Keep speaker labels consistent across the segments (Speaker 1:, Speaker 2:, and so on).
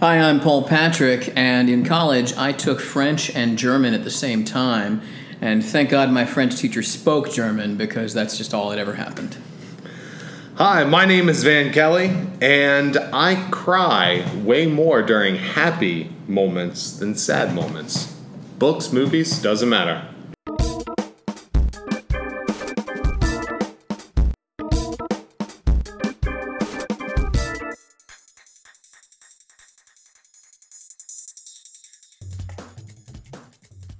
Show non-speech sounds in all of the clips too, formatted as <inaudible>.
Speaker 1: Hi, I'm Paul Patrick, and in college I took French and German at the same time. And thank God my French teacher spoke German because that's just all that ever happened.
Speaker 2: Hi, my name is Van Kelly, and I cry way more during happy moments than sad moments. Books, movies, doesn't matter.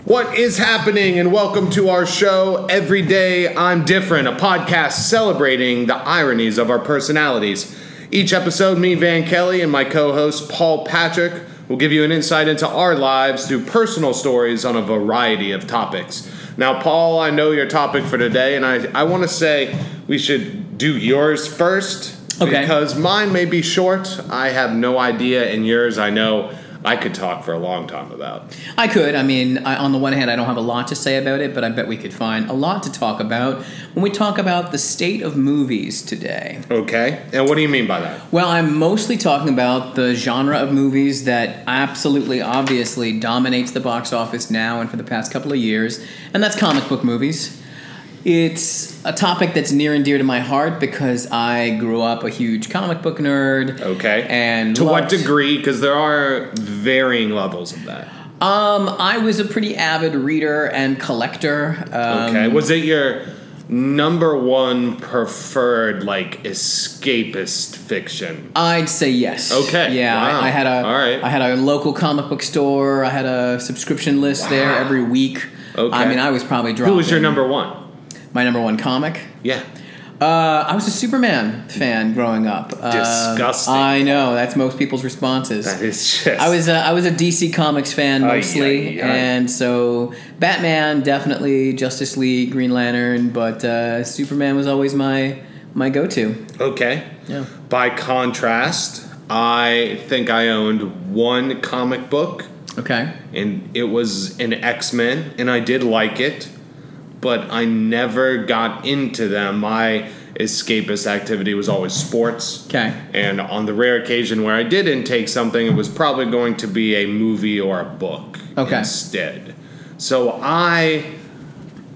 Speaker 2: What is happening, and welcome to our show, Every Day I'm Different, a podcast celebrating the ironies of our personalities. Each episode, me, Van Kelly, and my co host, Paul Patrick, will give you an insight into our lives through personal stories on a variety of topics. Now, Paul, I know your topic for today, and I, I want to say we should do yours first
Speaker 1: Okay.
Speaker 2: because mine may be short. I have no idea, and yours, I know I could talk for a long time about.
Speaker 1: I could. I mean, I, on the one hand, I don't have a lot to say about it, but I bet we could find a lot to talk about when we talk about the state of movies today.
Speaker 2: Okay. And what do you mean by that?
Speaker 1: Well, I'm mostly talking about the genre of movies that absolutely, obviously dominates the box office now and for the past couple of years, and that's comic book movies. It's a topic that's near and dear to my heart because I grew up a huge comic book nerd.
Speaker 2: Okay.
Speaker 1: And
Speaker 2: to what
Speaker 1: loved-
Speaker 2: degree? Because there are varying levels of that.
Speaker 1: Um, I was a pretty avid reader and collector. Um,
Speaker 2: Okay. Was it your number one preferred like escapist fiction?
Speaker 1: I'd say yes.
Speaker 2: Okay.
Speaker 1: Yeah,
Speaker 2: Wow.
Speaker 1: I, I had a
Speaker 2: All right.
Speaker 1: I had a local comic book store. I had a subscription list there
Speaker 2: Wow.
Speaker 1: every week.
Speaker 2: Okay.
Speaker 1: I mean, I was probably dropping.
Speaker 2: Who was your number one?
Speaker 1: My number one comic.
Speaker 2: Yeah.
Speaker 1: Uh, I was a Superman fan growing up. Um,
Speaker 2: Disgusting.
Speaker 1: I know. That's most people's responses.
Speaker 2: That is just.
Speaker 1: I was a, I was a DC Comics fan
Speaker 2: Ay,
Speaker 1: mostly,
Speaker 2: ay, ay.
Speaker 1: and so Batman definitely, Justice League, Green Lantern, but uh, Superman was always my my go to.
Speaker 2: Okay.
Speaker 1: Yeah.
Speaker 2: By contrast, I think I owned one comic book,
Speaker 1: Okay.
Speaker 2: and it was an X Men, and I did like it, but I never got into them. My escapist activity was always sports.
Speaker 1: Okay.
Speaker 2: And on the rare occasion where I did intake something, it was probably going to be a movie or a book
Speaker 1: Okay.
Speaker 2: instead. So I,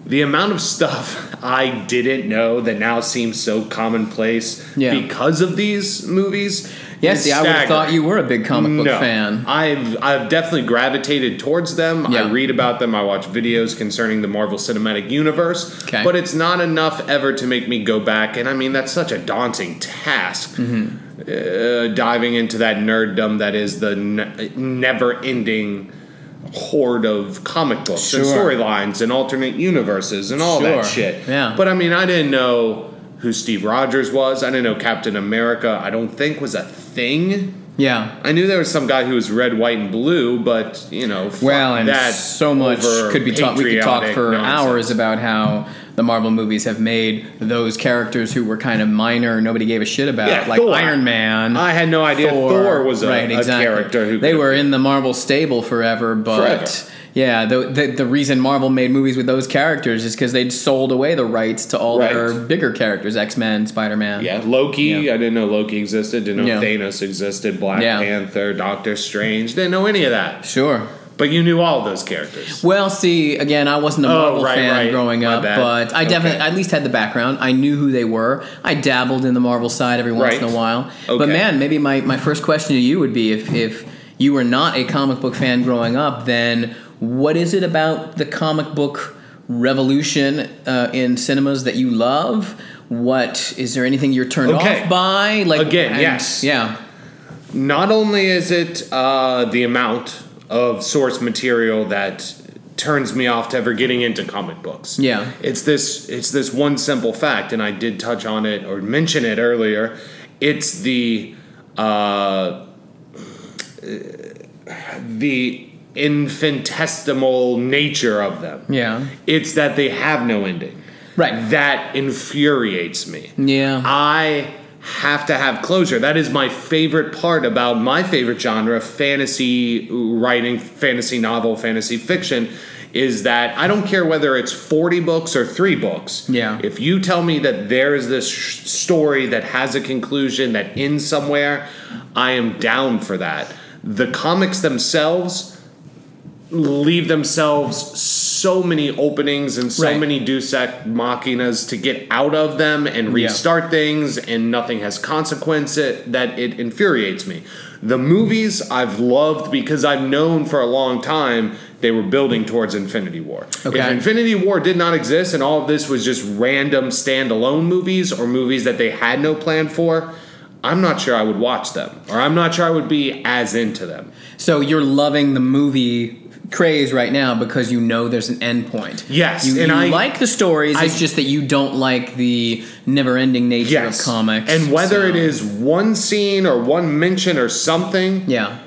Speaker 2: the amount of stuff <laughs> I didn't know that now seems so commonplace
Speaker 1: Yeah.
Speaker 2: because of these movies.
Speaker 1: Yeah.
Speaker 2: is
Speaker 1: See, I would have
Speaker 2: staggering.
Speaker 1: thought you were a big comic book fan.
Speaker 2: I've I've definitely gravitated towards them.
Speaker 1: Yeah.
Speaker 2: I read about them. I watch videos concerning the Marvel Cinematic Universe.
Speaker 1: Okay.
Speaker 2: But it's not enough ever to make me go back. And I mean, that's such a daunting task.
Speaker 1: Mm-hmm.
Speaker 2: Uh, diving into that nerddom that is the ne- never-ending horde of comic books and
Speaker 1: Sure.
Speaker 2: storylines and alternate universes and all
Speaker 1: Sure.
Speaker 2: that shit.
Speaker 1: Yeah.
Speaker 2: But I mean, I didn't know who Steve Rogers was. I didn't know Captain America. I don't think was a thing.
Speaker 1: Yeah.
Speaker 2: I knew there was some guy who was red, white, and blue, but you know, fuck
Speaker 1: Well, and
Speaker 2: that
Speaker 1: so much
Speaker 2: over
Speaker 1: could be taught. We could talk
Speaker 2: patriotic
Speaker 1: for
Speaker 2: nonsense.
Speaker 1: hours about how the Marvel movies have made those characters who were kind of minor, nobody gave a shit about,
Speaker 2: Yeah,
Speaker 1: like
Speaker 2: Thor.
Speaker 1: Iron Man.
Speaker 2: I had no idea Thor, was a,
Speaker 1: right,
Speaker 2: a
Speaker 1: exactly.
Speaker 2: character who
Speaker 1: they
Speaker 2: could-
Speaker 1: were in the Marvel stable forever, but
Speaker 2: Forever.
Speaker 1: yeah, the, the the reason Marvel made movies with those characters is because they'd sold away the rights to all their
Speaker 2: Right.
Speaker 1: bigger characters, X Men, Spider Man.
Speaker 2: Yeah, Loki.
Speaker 1: Yeah.
Speaker 2: I didn't know Loki existed. Didn't
Speaker 1: Yeah.
Speaker 2: know Thanos existed. Black
Speaker 1: Yeah.
Speaker 2: Panther, Doctor Strange. Didn't know any of that.
Speaker 1: sure.
Speaker 2: But you knew all those characters.
Speaker 1: Well, see, again, I wasn't a
Speaker 2: Oh,
Speaker 1: Marvel
Speaker 2: right,
Speaker 1: fan
Speaker 2: right.
Speaker 1: growing
Speaker 2: My
Speaker 1: up,
Speaker 2: bad.
Speaker 1: but I
Speaker 2: Okay.
Speaker 1: definitely I at least had the background. I knew who they were. I dabbled in the Marvel side every once
Speaker 2: Right.
Speaker 1: in a while. But
Speaker 2: Okay.
Speaker 1: man, maybe my, my first question to you would be if if you were not a comic book fan growing up, then what is it about the comic book revolution uh, in cinemas that you love? What is there anything you're turned
Speaker 2: Okay.
Speaker 1: off by? Like
Speaker 2: Again,
Speaker 1: and-
Speaker 2: yes.
Speaker 1: yeah,
Speaker 2: Not only is it uh, the amount of source material that turns me off to ever getting into comic books.
Speaker 1: yeah.
Speaker 2: It's this it's this one simple fact, and I did touch on it or mention it earlier. It's the uh, <sighs> the infinitesimal nature of them.
Speaker 1: Yeah.
Speaker 2: It's that they have no ending.
Speaker 1: Right.
Speaker 2: That infuriates me.
Speaker 1: Yeah.
Speaker 2: I have to have closure. That is my favorite part about my favorite genre, fantasy writing, fantasy novel, fantasy fiction, is that I don't care whether it's 40 books or three books.
Speaker 1: Yeah.
Speaker 2: If you tell me that there is this sh- story that has a conclusion that ends somewhere, I am down for that. the comics themselves leave themselves so many openings and so
Speaker 1: Right.
Speaker 2: many deus ex machinas to get out of them and restart things and nothing has consequence it, that it infuriates me the movies i've loved because i've known for a long time they were building towards infinity war if
Speaker 1: Okay.
Speaker 2: infinity war did not exist and all of this was just random standalone movies or movies that they had no plan for i'm not sure i would watch them or i'm not sure i would be as into them
Speaker 1: So you're loving the movie craze right now because you know there's an end point.
Speaker 2: Yes,
Speaker 1: You,
Speaker 2: and
Speaker 1: you
Speaker 2: I-
Speaker 1: like the stories,
Speaker 2: I-
Speaker 1: it's just that you don't like the never ending nature
Speaker 2: yes.
Speaker 1: of comics.
Speaker 2: And whether
Speaker 1: so-
Speaker 2: it is one scene or one mention or something,
Speaker 1: Yeah.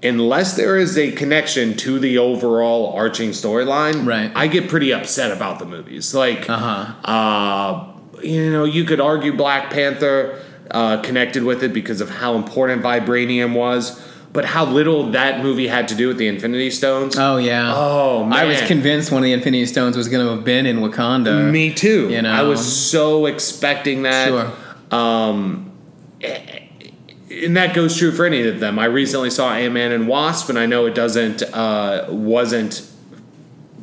Speaker 2: unless there is a connection to the overall arching storyline,
Speaker 1: Right.
Speaker 2: I get pretty upset about the movies. Like,
Speaker 1: Uh-huh.
Speaker 2: uh, you know, you could argue Black Panther uh, connected with it because of how important vibranium was, but how little that movie had to do with the Infinity Stones.
Speaker 1: Oh yeah.
Speaker 2: Oh,
Speaker 1: I was
Speaker 2: man.
Speaker 1: convinced one of the Infinity Stones was going to have been in Wakanda.
Speaker 2: Me too.
Speaker 1: You know.
Speaker 2: I was so expecting that.
Speaker 1: Sure.
Speaker 2: and that goes true for any of them. I recently saw Ant Man and Wasp, and I know it doesn't uh, wasn't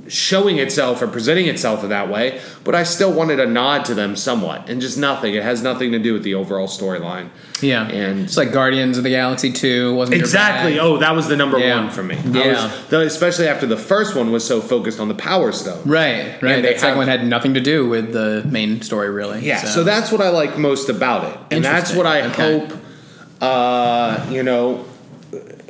Speaker 2: showing itself or presenting itself in that way, but I still wanted a nod to them somewhat, and just nothing. It has nothing to do with the overall storyline.
Speaker 1: Yeah.
Speaker 2: And-
Speaker 1: it's like Guardians of the Galaxy 2 wasn't your
Speaker 2: Exactly.
Speaker 1: bag.
Speaker 2: Oh, that was the number
Speaker 1: Yeah.
Speaker 2: one for me. I
Speaker 1: Yeah.
Speaker 2: was- though especially after the first one was so focused on the Power Stone.
Speaker 1: Right, right.
Speaker 2: And they
Speaker 1: That second
Speaker 2: have-
Speaker 1: one had nothing to do with the main story, really.
Speaker 2: Yeah, so. that's what I like most about it, and that's
Speaker 1: Interesting.
Speaker 2: what I
Speaker 1: Okay.
Speaker 2: hope. Uh, you know,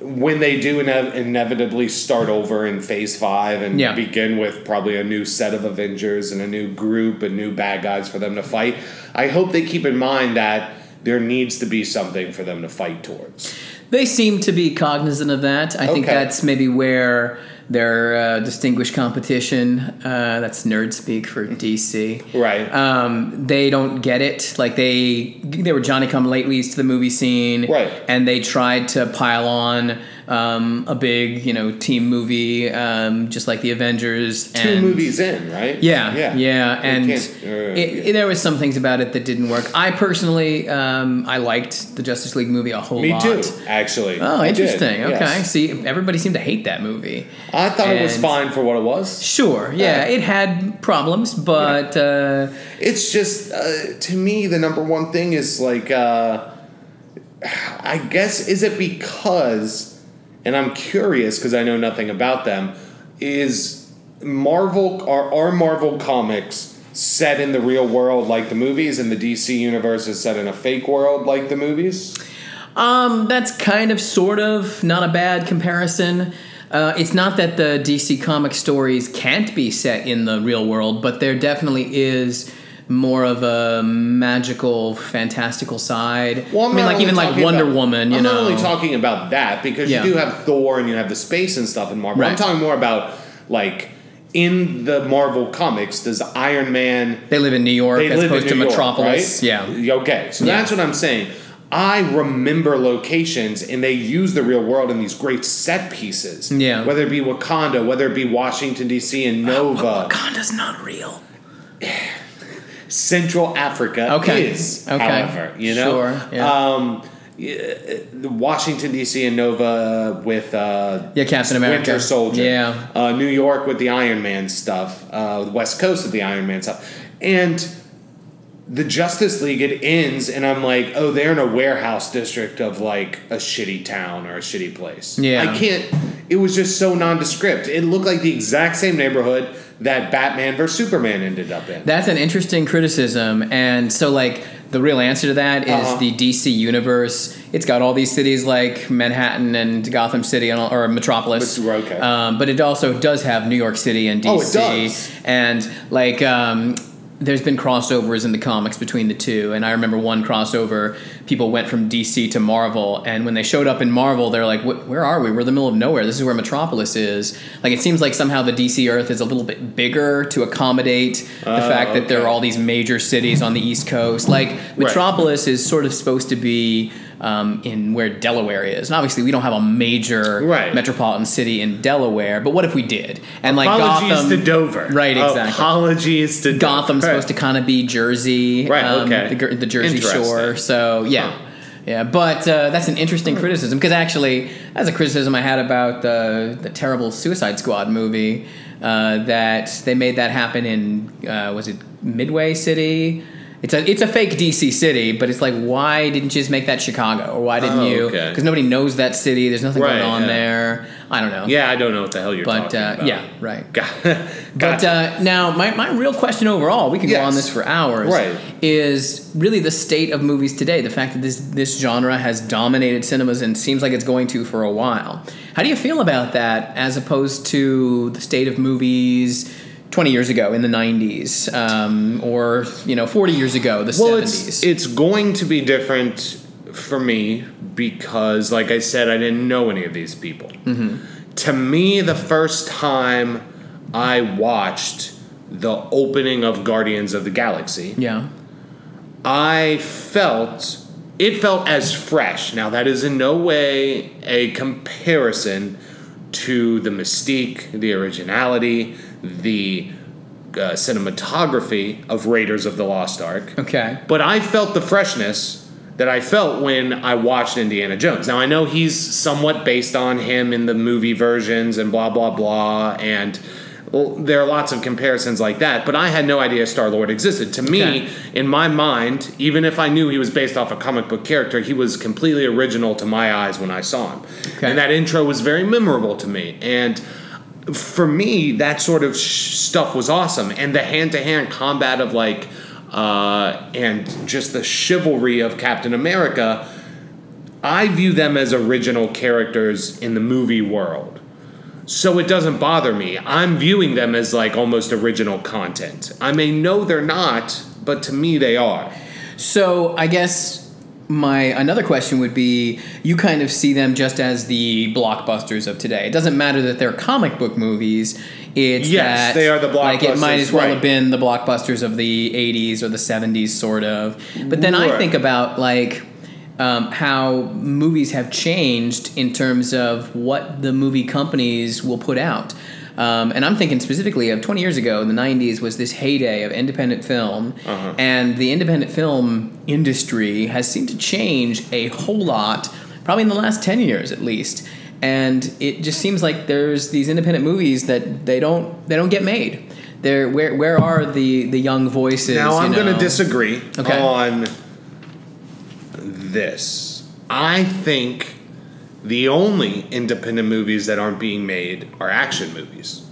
Speaker 2: when they do ine- inevitably start over in Phase Five and
Speaker 1: Yeah.
Speaker 2: begin with probably a new set of Avengers and a new group and new bad guys for them to fight, I hope they keep in mind that there needs to be something for them to fight towards.
Speaker 1: They seem to be cognizant of that. I think
Speaker 2: Okay.
Speaker 1: that's maybe where their uh, distinguished competition, uh, that's nerd speak for DC.
Speaker 2: Mm-hmm. Right.
Speaker 1: Um, they don't get it. Like they, they were Johnny come latelys to the movie scene,
Speaker 2: Right.
Speaker 1: And they tried to pile on um, a big, you know, team movie, um, just like the Avengers.
Speaker 2: Two
Speaker 1: and
Speaker 2: movies in, right?
Speaker 1: Yeah, yeah,
Speaker 2: We
Speaker 1: and
Speaker 2: can't- uh,
Speaker 1: it, it- there was some things about it that didn't work. I personally, um, I liked the Justice League movie a whole
Speaker 2: me
Speaker 1: lot.
Speaker 2: too, actually.
Speaker 1: Oh,
Speaker 2: I did,
Speaker 1: interesting. okay,
Speaker 2: yes.
Speaker 1: see, everybody seemed to hate that movie.
Speaker 2: I thought it was
Speaker 1: And-
Speaker 2: fine for what it was.
Speaker 1: Sure, yeah,
Speaker 2: Yeah.
Speaker 1: it had problems, but uh,
Speaker 2: It's just uh, to me the number one thing is like uh, I guess is it because and I'm curious because I know nothing about them is Marvel are are Marvel comics set in the real world like the movies and the DC universe is set in a fake world like the movies?
Speaker 1: um, that's kind of, sort of, not a bad comparison. Uh, it's not that the DC comic stories can't be set in the real world, but there definitely is more of a magical, fantastical side.
Speaker 2: Well, I'm
Speaker 1: I mean,
Speaker 2: not
Speaker 1: like
Speaker 2: only
Speaker 1: even like
Speaker 2: talking
Speaker 1: Wonder
Speaker 2: about-
Speaker 1: Woman. You
Speaker 2: I'm
Speaker 1: know,
Speaker 2: not only talking about that because
Speaker 1: Yeah.
Speaker 2: you do have Thor and you have the space and stuff in Marvel. I'm
Speaker 1: Right.
Speaker 2: talking more about like in the Marvel comics, does Iron Man
Speaker 1: they live in New York
Speaker 2: they
Speaker 1: as
Speaker 2: live
Speaker 1: opposed
Speaker 2: in New
Speaker 1: to
Speaker 2: York,
Speaker 1: Metropolis.
Speaker 2: right?
Speaker 1: Yeah,
Speaker 2: Okay, so
Speaker 1: Yeah.
Speaker 2: that's what I'm saying. I remember locations, and they use the real world in these great set pieces.
Speaker 1: Yeah. Uh,
Speaker 2: whether it be Wakanda, whether it be Washington D.C. and Nova,
Speaker 1: Wakanda's not real.
Speaker 2: Central Africa
Speaker 1: Okay.
Speaker 2: is,
Speaker 1: Okay.
Speaker 2: however, you know,
Speaker 1: Sure, yeah.
Speaker 2: um, y- uh, Washington D.C. and Nova with uh,
Speaker 1: Yeah, Captain America.
Speaker 2: Winter Soldier.
Speaker 1: Yeah.
Speaker 2: Uh, New York with the Iron Man stuff. Uh, the West Coast with the Iron Man stuff. And the Justice League, it ends, and I'm like, oh, they're in a warehouse district of like a shitty town or a shitty place.
Speaker 1: Yeah.
Speaker 2: I can't. It was just so nondescript. It looked like the exact same neighborhood that Batman versus Superman ended up in.
Speaker 1: That's an interesting criticism. And so, like, the real answer to that is
Speaker 2: Uh-huh.
Speaker 1: the DC universe. It's got all these cities like Manhattan and Gotham City and, all- or Metropolis.
Speaker 2: But- okay.
Speaker 1: Um, but it also does have New York City and DC.
Speaker 2: Oh, it does.
Speaker 1: And, like, um, there's been crossovers in the comics between the two. And I remember one crossover, people went from DC to Marvel. And when they showed up in Marvel, they're like, "What- where are we? We're in the middle of nowhere. This is where Metropolis is. Like, it seems like somehow the DC Earth is a little bit bigger to accommodate the
Speaker 2: Oh,
Speaker 1: fact that there
Speaker 2: okay.
Speaker 1: are all these major cities on the East Coast. Like Metropolis is sort of supposed to be um, in where Delaware is, and obviously we don't have a major
Speaker 2: Right.
Speaker 1: metropolitan city in Delaware. But what if we did? And like
Speaker 2: Apologies
Speaker 1: Gotham,
Speaker 2: to Dover. Oh,
Speaker 1: right? Exactly.
Speaker 2: Apologies to
Speaker 1: Gotham's
Speaker 2: Dover.
Speaker 1: supposed to kind of be Jersey, um,
Speaker 2: Right, okay.
Speaker 1: the, Jer- the Jersey
Speaker 2: Interesting.
Speaker 1: Shore. So yeah, Yeah, but uh, that's an interesting criticism because actually, that's a criticism I had about the the terrible Suicide Squad movie. Uh, that they made that happen in uh, was it Midway City? It's a it's a fake DC city, but it's like why didn't you just make that Chicago or why didn't
Speaker 2: Oh,
Speaker 1: you?
Speaker 2: okay.
Speaker 1: Because nobody knows that city. There's nothing
Speaker 2: Right,
Speaker 1: going on
Speaker 2: yeah.
Speaker 1: there. I don't know.
Speaker 2: <laughs> Yeah, I don't know what the hell you're
Speaker 1: but
Speaker 2: talking
Speaker 1: uh,
Speaker 2: <laughs> about.
Speaker 1: yeah, right.
Speaker 2: God.
Speaker 1: But uh, now, my, my real question overall, we can go on
Speaker 2: Yes.
Speaker 1: this for hours,
Speaker 2: Right.
Speaker 1: is really the state of movies today. The fact that this, this genre has dominated cinemas and seems like it's going to for a while. How do you feel about that as opposed to the state of movies 20 years ago in the 90s um, or, you know, 40 years ago, the
Speaker 2: well,
Speaker 1: 70s?
Speaker 2: it's it's going to be different for me because, like I said, I didn't know any of these people.
Speaker 1: Mm-hmm.
Speaker 2: To me, the first time I watched the opening of Guardians of the Galaxy,
Speaker 1: yeah.
Speaker 2: I felt it felt as fresh. Now that is in no way a comparison to the mystique, the originality, the uh, cinematography of Raiders of the Lost Ark.
Speaker 1: Okay.
Speaker 2: But I felt the freshness that I felt when I watched Indiana Jones. Now I know he's somewhat based on him in the movie versions and blah blah blah and well, there are lots of comparisons like that, but I had no idea Star Lord existed. To me,
Speaker 1: Okay.
Speaker 2: in my mind, even if I knew he was based off a comic book character, he was completely original to my eyes when I saw him.
Speaker 1: Okay.
Speaker 2: And that intro was very memorable to me. And for me, that sort of sh- stuff was awesome. And the hand to hand combat of like, uh, and just the chivalry of Captain America, I view them as original characters in the movie world. So it doesn't bother me. I'm viewing them as like almost original content. I may know they're not, but to me they are.
Speaker 1: So I guess my another question would be: you kind of see them just as the blockbusters of today. It doesn't matter that they're comic book movies. It's
Speaker 2: Yes,
Speaker 1: that,
Speaker 2: they are the
Speaker 1: Like it might
Speaker 2: blockbusters,
Speaker 1: as well
Speaker 2: right.
Speaker 1: have been the blockbusters of the '80s or the '70s, sort of. But then I
Speaker 2: Right.
Speaker 1: think about like. Um, how movies have changed in terms of what the movie companies will put out. Um, and I'm thinking specifically of 20 years ago, the 90s was this heyday of independent film,
Speaker 2: Uh-huh.
Speaker 1: and the independent film industry has seemed to change a whole lot, probably in the last 10 years at least. And it just seems like there's these independent movies that they don't they don't get made. They're, where where are the the young voices?
Speaker 2: Now
Speaker 1: you
Speaker 2: I'm going to
Speaker 1: know?
Speaker 2: disagree
Speaker 1: Okay.
Speaker 2: on this. I think the only independent movies that aren't being made are action movies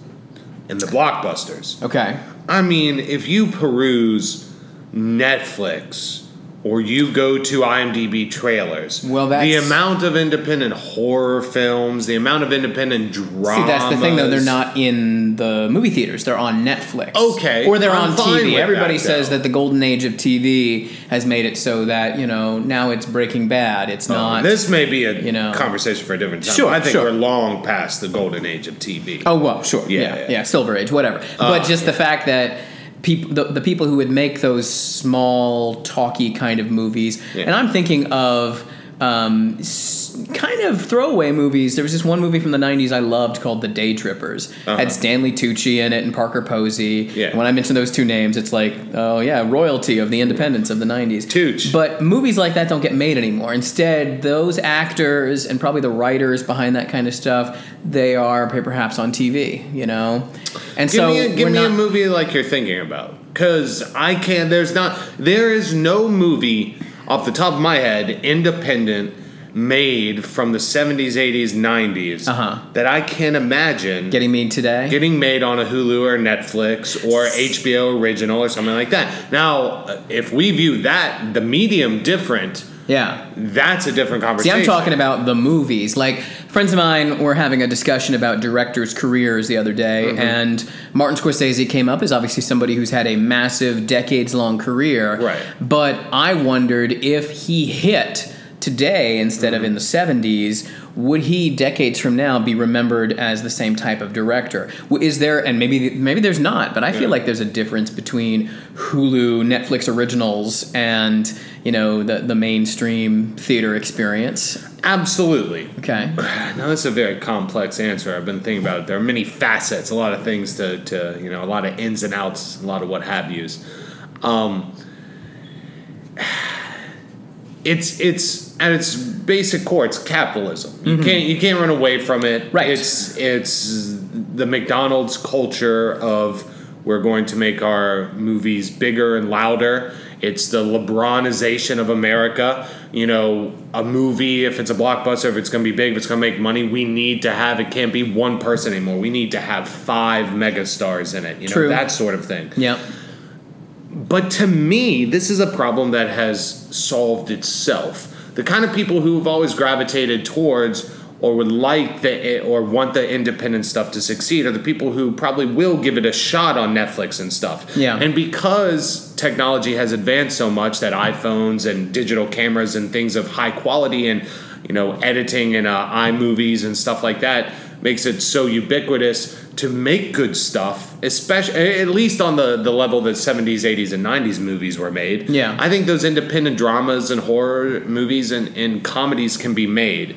Speaker 2: and the blockbusters.
Speaker 1: Okay.
Speaker 2: I mean, if you peruse Netflix or you go to IMDb trailers,
Speaker 1: Well,
Speaker 2: the
Speaker 1: that's-
Speaker 2: amount of independent horror films, the amount of independent drama.
Speaker 1: See, that's the thing though. They're not in the movie theaters. They're on Netflix.
Speaker 2: Okay,
Speaker 1: Or they're
Speaker 2: I'm
Speaker 1: on
Speaker 2: fine with
Speaker 1: TV. Everybody
Speaker 2: that,
Speaker 1: says
Speaker 2: though.
Speaker 1: that the golden age of TV has made it so that you know now it's Breaking Bad. It's
Speaker 2: Oh,
Speaker 1: not.
Speaker 2: This may be a
Speaker 1: you know.
Speaker 2: conversation for a different time.
Speaker 1: Sure,
Speaker 2: I think
Speaker 1: sure.
Speaker 2: we're long past the golden age of TV.
Speaker 1: Oh well, sure,
Speaker 2: Yeah,
Speaker 1: yeah,
Speaker 2: yeah.
Speaker 1: yeah, Silver Age, whatever. but just the fact that people, the, the people who would make those small, talky kind of movies,
Speaker 2: Yeah.
Speaker 1: and I'm thinking of um, s- kind of throwaway movies. There was this one movie from the '90s I loved called The Day Trippers.
Speaker 2: Uh-huh.
Speaker 1: Had Stanley Tucci in it and Parker Posey.
Speaker 2: Yeah.
Speaker 1: And when I mention those two names, it's like, oh yeah, royalty of the independence of the '90s.
Speaker 2: Tucci.
Speaker 1: But movies like that don't get made anymore. Instead, those actors and probably the writers behind that kind of stuff, they are perhaps on TV, you know. And
Speaker 2: Give
Speaker 1: so
Speaker 2: me, a,
Speaker 1: we're
Speaker 2: give me a
Speaker 1: not-
Speaker 2: movie like you're thinking about, because I can't. There's not. There is no movie off the top of my head independent made from the 70s, 80s, 90s
Speaker 1: Uh-huh.
Speaker 2: that I can't imagine
Speaker 1: getting me today.
Speaker 2: getting made on a Hulu or Netflix or HBO original or something like that. Now, uh, if we view that the medium different,
Speaker 1: yeah.
Speaker 2: that's a different
Speaker 1: See,
Speaker 2: conversation.
Speaker 1: I'm talking about the movies. Like friends of mine were having a discussion about directors' careers the other day, and Martin Scorsese came up as obviously somebody who's had a massive, decades-long career.
Speaker 2: Right.
Speaker 1: But I wondered if he hit today instead of in the 70s would he decades from now be remembered as the same type of director W- is there and maybe maybe there's not but i feel like there's a difference between hulu netflix originals and you know the, the mainstream theater experience
Speaker 2: absolutely.
Speaker 1: okay
Speaker 2: <sighs> Now that's a very complex answer. I've been thinking about it. There are many facets, a lot of things to, to you know, a lot of ins and outs, a lot of what have yous. Um, <sighs> it's it's at its basic core, it's capitalism. You can't you can't run away from it.
Speaker 1: Right.
Speaker 2: It's it's the McDonald's culture of we're going to make our movies bigger and louder. It's the LeBronization of America. You know, a movie, if it's a blockbuster, if it's going to be big, if it's going to make money, we need to have it can't be one person anymore. We need to have five megastars in it. You know,
Speaker 1: True.
Speaker 2: that sort of thing.
Speaker 1: Yep.
Speaker 2: But to me, this is a problem that has solved itself. The kind of people who have always gravitated towards or would like the or want the independent stuff to succeed are the people who probably will give it a shot on Netflix and stuff.
Speaker 1: Yeah.
Speaker 2: And because technology has advanced so much that iPhones and digital cameras and things of high quality and you know editing and uh, iMovies and stuff like that makes it so ubiquitous to make good stuff, especially at least on the the level that 70s, 80s, and 90s movies were made.
Speaker 1: Yeah.
Speaker 2: I think those independent dramas and horror movies and, and comedies can be made.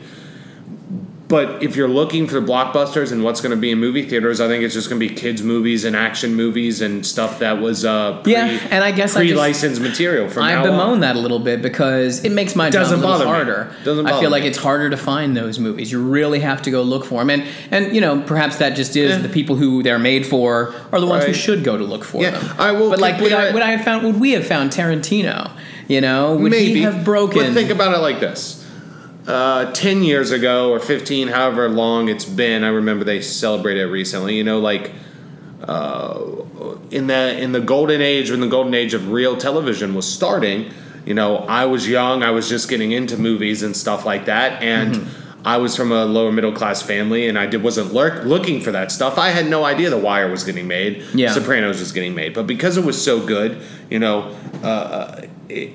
Speaker 2: But if you're looking for blockbusters and what's going to be in movie theaters, I think it's just going to be kids movies and action movies and stuff that was uh, pre,
Speaker 1: Yeah, and I guess I just-
Speaker 2: pre-licensed material from
Speaker 1: I
Speaker 2: now
Speaker 1: bemoan
Speaker 2: on.
Speaker 1: that a little bit because it makes my job a
Speaker 2: Doesn't
Speaker 1: little
Speaker 2: bother me.
Speaker 1: harder.
Speaker 2: Doesn't
Speaker 1: I
Speaker 2: bother
Speaker 1: feel like
Speaker 2: me.
Speaker 1: it's harder to find those movies. You really have to go look for them, and and you know perhaps that just is
Speaker 2: Yeah.
Speaker 1: the people who they're made for are the ones who
Speaker 2: Eh. Right.
Speaker 1: should go to look for
Speaker 2: Yeah,
Speaker 1: them.
Speaker 2: I will
Speaker 1: But like would
Speaker 2: compare
Speaker 1: I,
Speaker 2: it-
Speaker 1: would I have found would we have found Tarantino? You know, would
Speaker 2: Maybe
Speaker 1: he have broken?
Speaker 2: But think about it like this: uh, ten years ago or fifteen, however long it's been, I remember they celebrated it recently. You know, like uh, in the in the golden age, when the golden age of real television was starting. You know, I was young. I was just getting into movies and stuff like that, and.
Speaker 1: Mm-hmm.
Speaker 2: I was from a lower middle class family, and I did, wasn't lurk, looking for that stuff. I had no idea The Wire was getting made,
Speaker 1: Yeah.
Speaker 2: Sopranos was getting made, but because it was so good, you know, uh, it,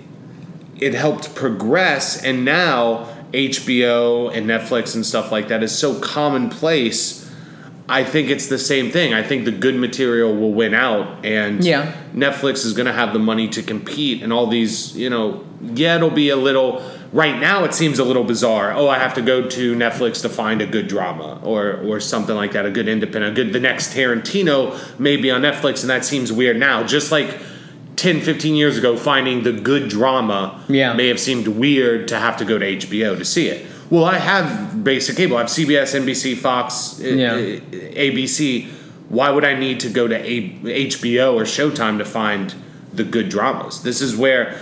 Speaker 2: it helped progress and now HBO and Netflix and stuff like that is so commonplace. I think it's the same thing. I think the good material will win out and
Speaker 1: Yeah.
Speaker 2: Netflix is going to have the money to compete and all these, you know, yeah, it'll be a little right now it seems a little bizarre. Oh, I have to go to Netflix to find a good drama or or something like that, a good independent, a good the next Tarantino may be on Netflix and that seems weird now. Just like 10 15 years ago finding the good drama
Speaker 1: Yeah.
Speaker 2: may have seemed weird to have to go to HBO to see it. Well, I have basic cable. I have CBS, NBC, Fox, eh,
Speaker 1: Yeah.
Speaker 2: eh, ABC. Why would I need to go to A- HBO or Showtime to find the good dramas? This is where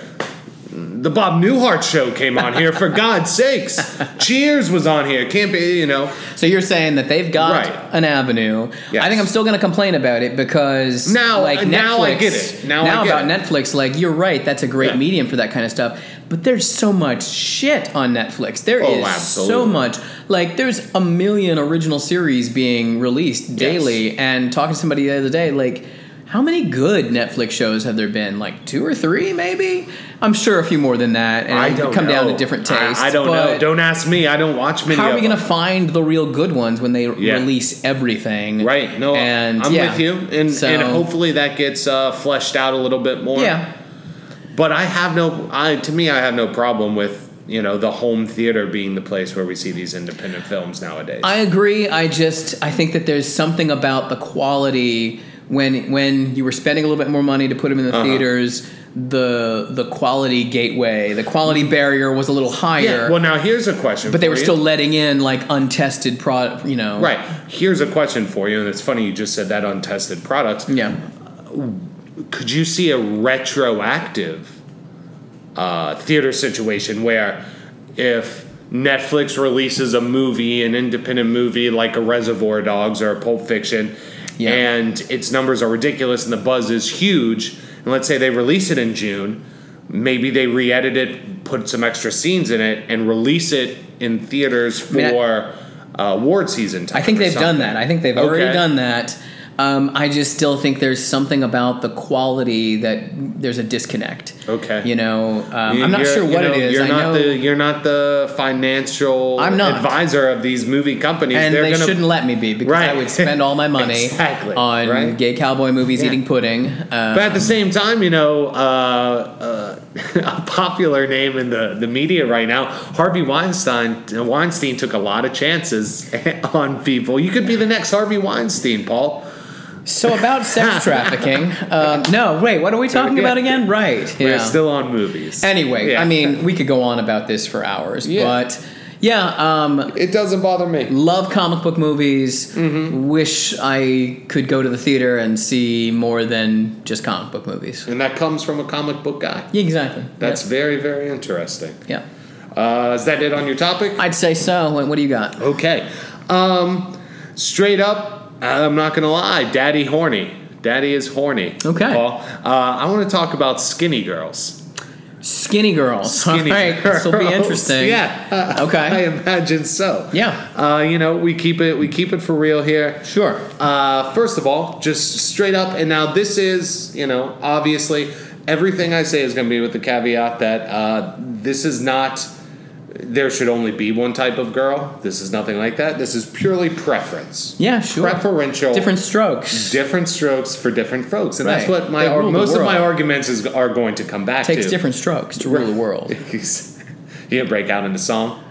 Speaker 2: the Bob Newhart show came on here.
Speaker 1: <laughs>
Speaker 2: For God's sakes, Cheers was on here. Can't be, you know.
Speaker 1: so you're saying that they've got
Speaker 2: Right.
Speaker 1: an avenue.
Speaker 2: Yes.
Speaker 1: I think I'm still going to complain about it because
Speaker 2: Now-
Speaker 1: like Netflix,
Speaker 2: now I get it. Now I get
Speaker 1: about
Speaker 2: it.
Speaker 1: Netflix, like you're right, that's a great
Speaker 2: Yeah.
Speaker 1: medium for that kind of stuff. But there's so much shit on Netflix. There is
Speaker 2: Oh, absolutely.
Speaker 1: so much. Like there's a million original series being released daily. And talking to somebody the other day, like. How many good Netflix shows have there been? Like two or three, maybe. I'm sure a few more than that, and
Speaker 2: I
Speaker 1: it
Speaker 2: don't
Speaker 1: could come down
Speaker 2: know.
Speaker 1: to different
Speaker 2: I-
Speaker 1: tastes.
Speaker 2: I, don't know.
Speaker 1: but-
Speaker 2: Don't ask me. I don't watch many.
Speaker 1: how are
Speaker 2: of
Speaker 1: we going to
Speaker 2: them.
Speaker 1: find the real good ones when they
Speaker 2: Yeah.
Speaker 1: release everything?
Speaker 2: Right. No,
Speaker 1: and
Speaker 2: I'm
Speaker 1: yeah.
Speaker 2: with you, and
Speaker 1: So-
Speaker 2: and hopefully that gets uh, fleshed out a little bit more.
Speaker 1: yeah,
Speaker 2: But I have no. I to me, I have no problem with you know the home theater being the place where we see these independent films nowadays.
Speaker 1: I agree. I just I think that there's something about the quality when when you were spending a little bit more money to put them in the
Speaker 2: Uh-huh.
Speaker 1: theaters. The the quality gateway, the quality barrier was a little higher,
Speaker 2: Mm-hmm. yeah. Well, now here's a question.
Speaker 1: but they
Speaker 2: for
Speaker 1: were
Speaker 2: you.
Speaker 1: still letting in like untested product. You know,
Speaker 2: right. Here's a question for you, and it's funny you just said that untested products.
Speaker 1: Yeah.
Speaker 2: could you see a retroactive uh, theater situation where if Netflix releases a movie, an independent movie like a Reservoir Dogs or a Pulp Fiction,
Speaker 1: Yeah.
Speaker 2: and its numbers are ridiculous and the buzz is huge, and let's say they release it in June, maybe they re edit it, put some extra scenes in it, and release it in theaters for
Speaker 1: mean, I-
Speaker 2: uh, award season
Speaker 1: I
Speaker 2: time.
Speaker 1: think
Speaker 2: or
Speaker 1: they've done
Speaker 2: something.
Speaker 1: that. I think they've already
Speaker 2: Okay.
Speaker 1: done that. Um, I just still think there's something about the quality that there's a disconnect.
Speaker 2: Okay.
Speaker 1: You know, um,
Speaker 2: You-
Speaker 1: I'm not
Speaker 2: you're-
Speaker 1: sure
Speaker 2: you
Speaker 1: what
Speaker 2: know,
Speaker 1: it is.
Speaker 2: You're
Speaker 1: I
Speaker 2: not
Speaker 1: know,
Speaker 2: the you're not the financial
Speaker 1: I'm not.
Speaker 2: advisor of these movie companies.
Speaker 1: and
Speaker 2: They're
Speaker 1: they
Speaker 2: gonna,
Speaker 1: shouldn't let me be because I
Speaker 2: Right. <laughs>
Speaker 1: would spend all my money
Speaker 2: Exactly,
Speaker 1: on
Speaker 2: right?
Speaker 1: gay cowboy movies
Speaker 2: Yeah.
Speaker 1: eating pudding. Uh,
Speaker 2: But at the same time, you know, uh, <laughs> uh, a popular name in the, the media right now, Harvey Weinstein. Weinstein <laughs> took a lot of chances on people. You could be the next Harvey Weinstein, Paul.
Speaker 1: So about
Speaker 2: <laughs>
Speaker 1: sex trafficking. Um, no, wait. What are we talking about again? Right. Yeah.
Speaker 2: We're still on movies.
Speaker 1: anyway,
Speaker 2: Yeah.
Speaker 1: I mean, we could go on about this for hours,
Speaker 2: Yeah.
Speaker 1: but yeah. Um,
Speaker 2: it doesn't bother me.
Speaker 1: love comic book movies.
Speaker 2: Mm-hmm.
Speaker 1: Wish I could go to the theater and see more than just comic book movies.
Speaker 2: And that comes from a comic book guy.
Speaker 1: Yeah, exactly.
Speaker 2: That's very, very interesting.
Speaker 1: yeah.
Speaker 2: Uh, is that it on your topic?
Speaker 1: I'd say so. What, what do you got?
Speaker 2: Okay. Um, straight up, I'm not gonna lie. Daddy horny. Daddy is horny.
Speaker 1: Okay.
Speaker 2: Paul. Uh, I want to talk about skinny girls.
Speaker 1: Skinny girls.
Speaker 2: Skinny
Speaker 1: All right, this will be
Speaker 2: girls.
Speaker 1: interesting.
Speaker 2: Yeah.
Speaker 1: Okay.
Speaker 2: <laughs> I imagine so.
Speaker 1: Yeah.
Speaker 2: Uh, you know, we keep it. We keep it for real here.
Speaker 1: Sure.
Speaker 2: Uh, first of all, just straight up, and now this is, you know, obviously everything I say is going to be with the caveat that uh, this is not, there should only be one type of girl. This is nothing like that. This is purely preference.
Speaker 1: Yeah, sure.
Speaker 2: Preferential.
Speaker 1: Different strokes.
Speaker 2: Different strokes for different folks, and that's
Speaker 1: Right.
Speaker 2: what my
Speaker 1: They rule the
Speaker 2: most of my
Speaker 1: world.
Speaker 2: arguments is, are going to come back
Speaker 1: Takes
Speaker 2: to.
Speaker 1: different strokes to rule the world.
Speaker 2: <laughs> you gonna break out into song?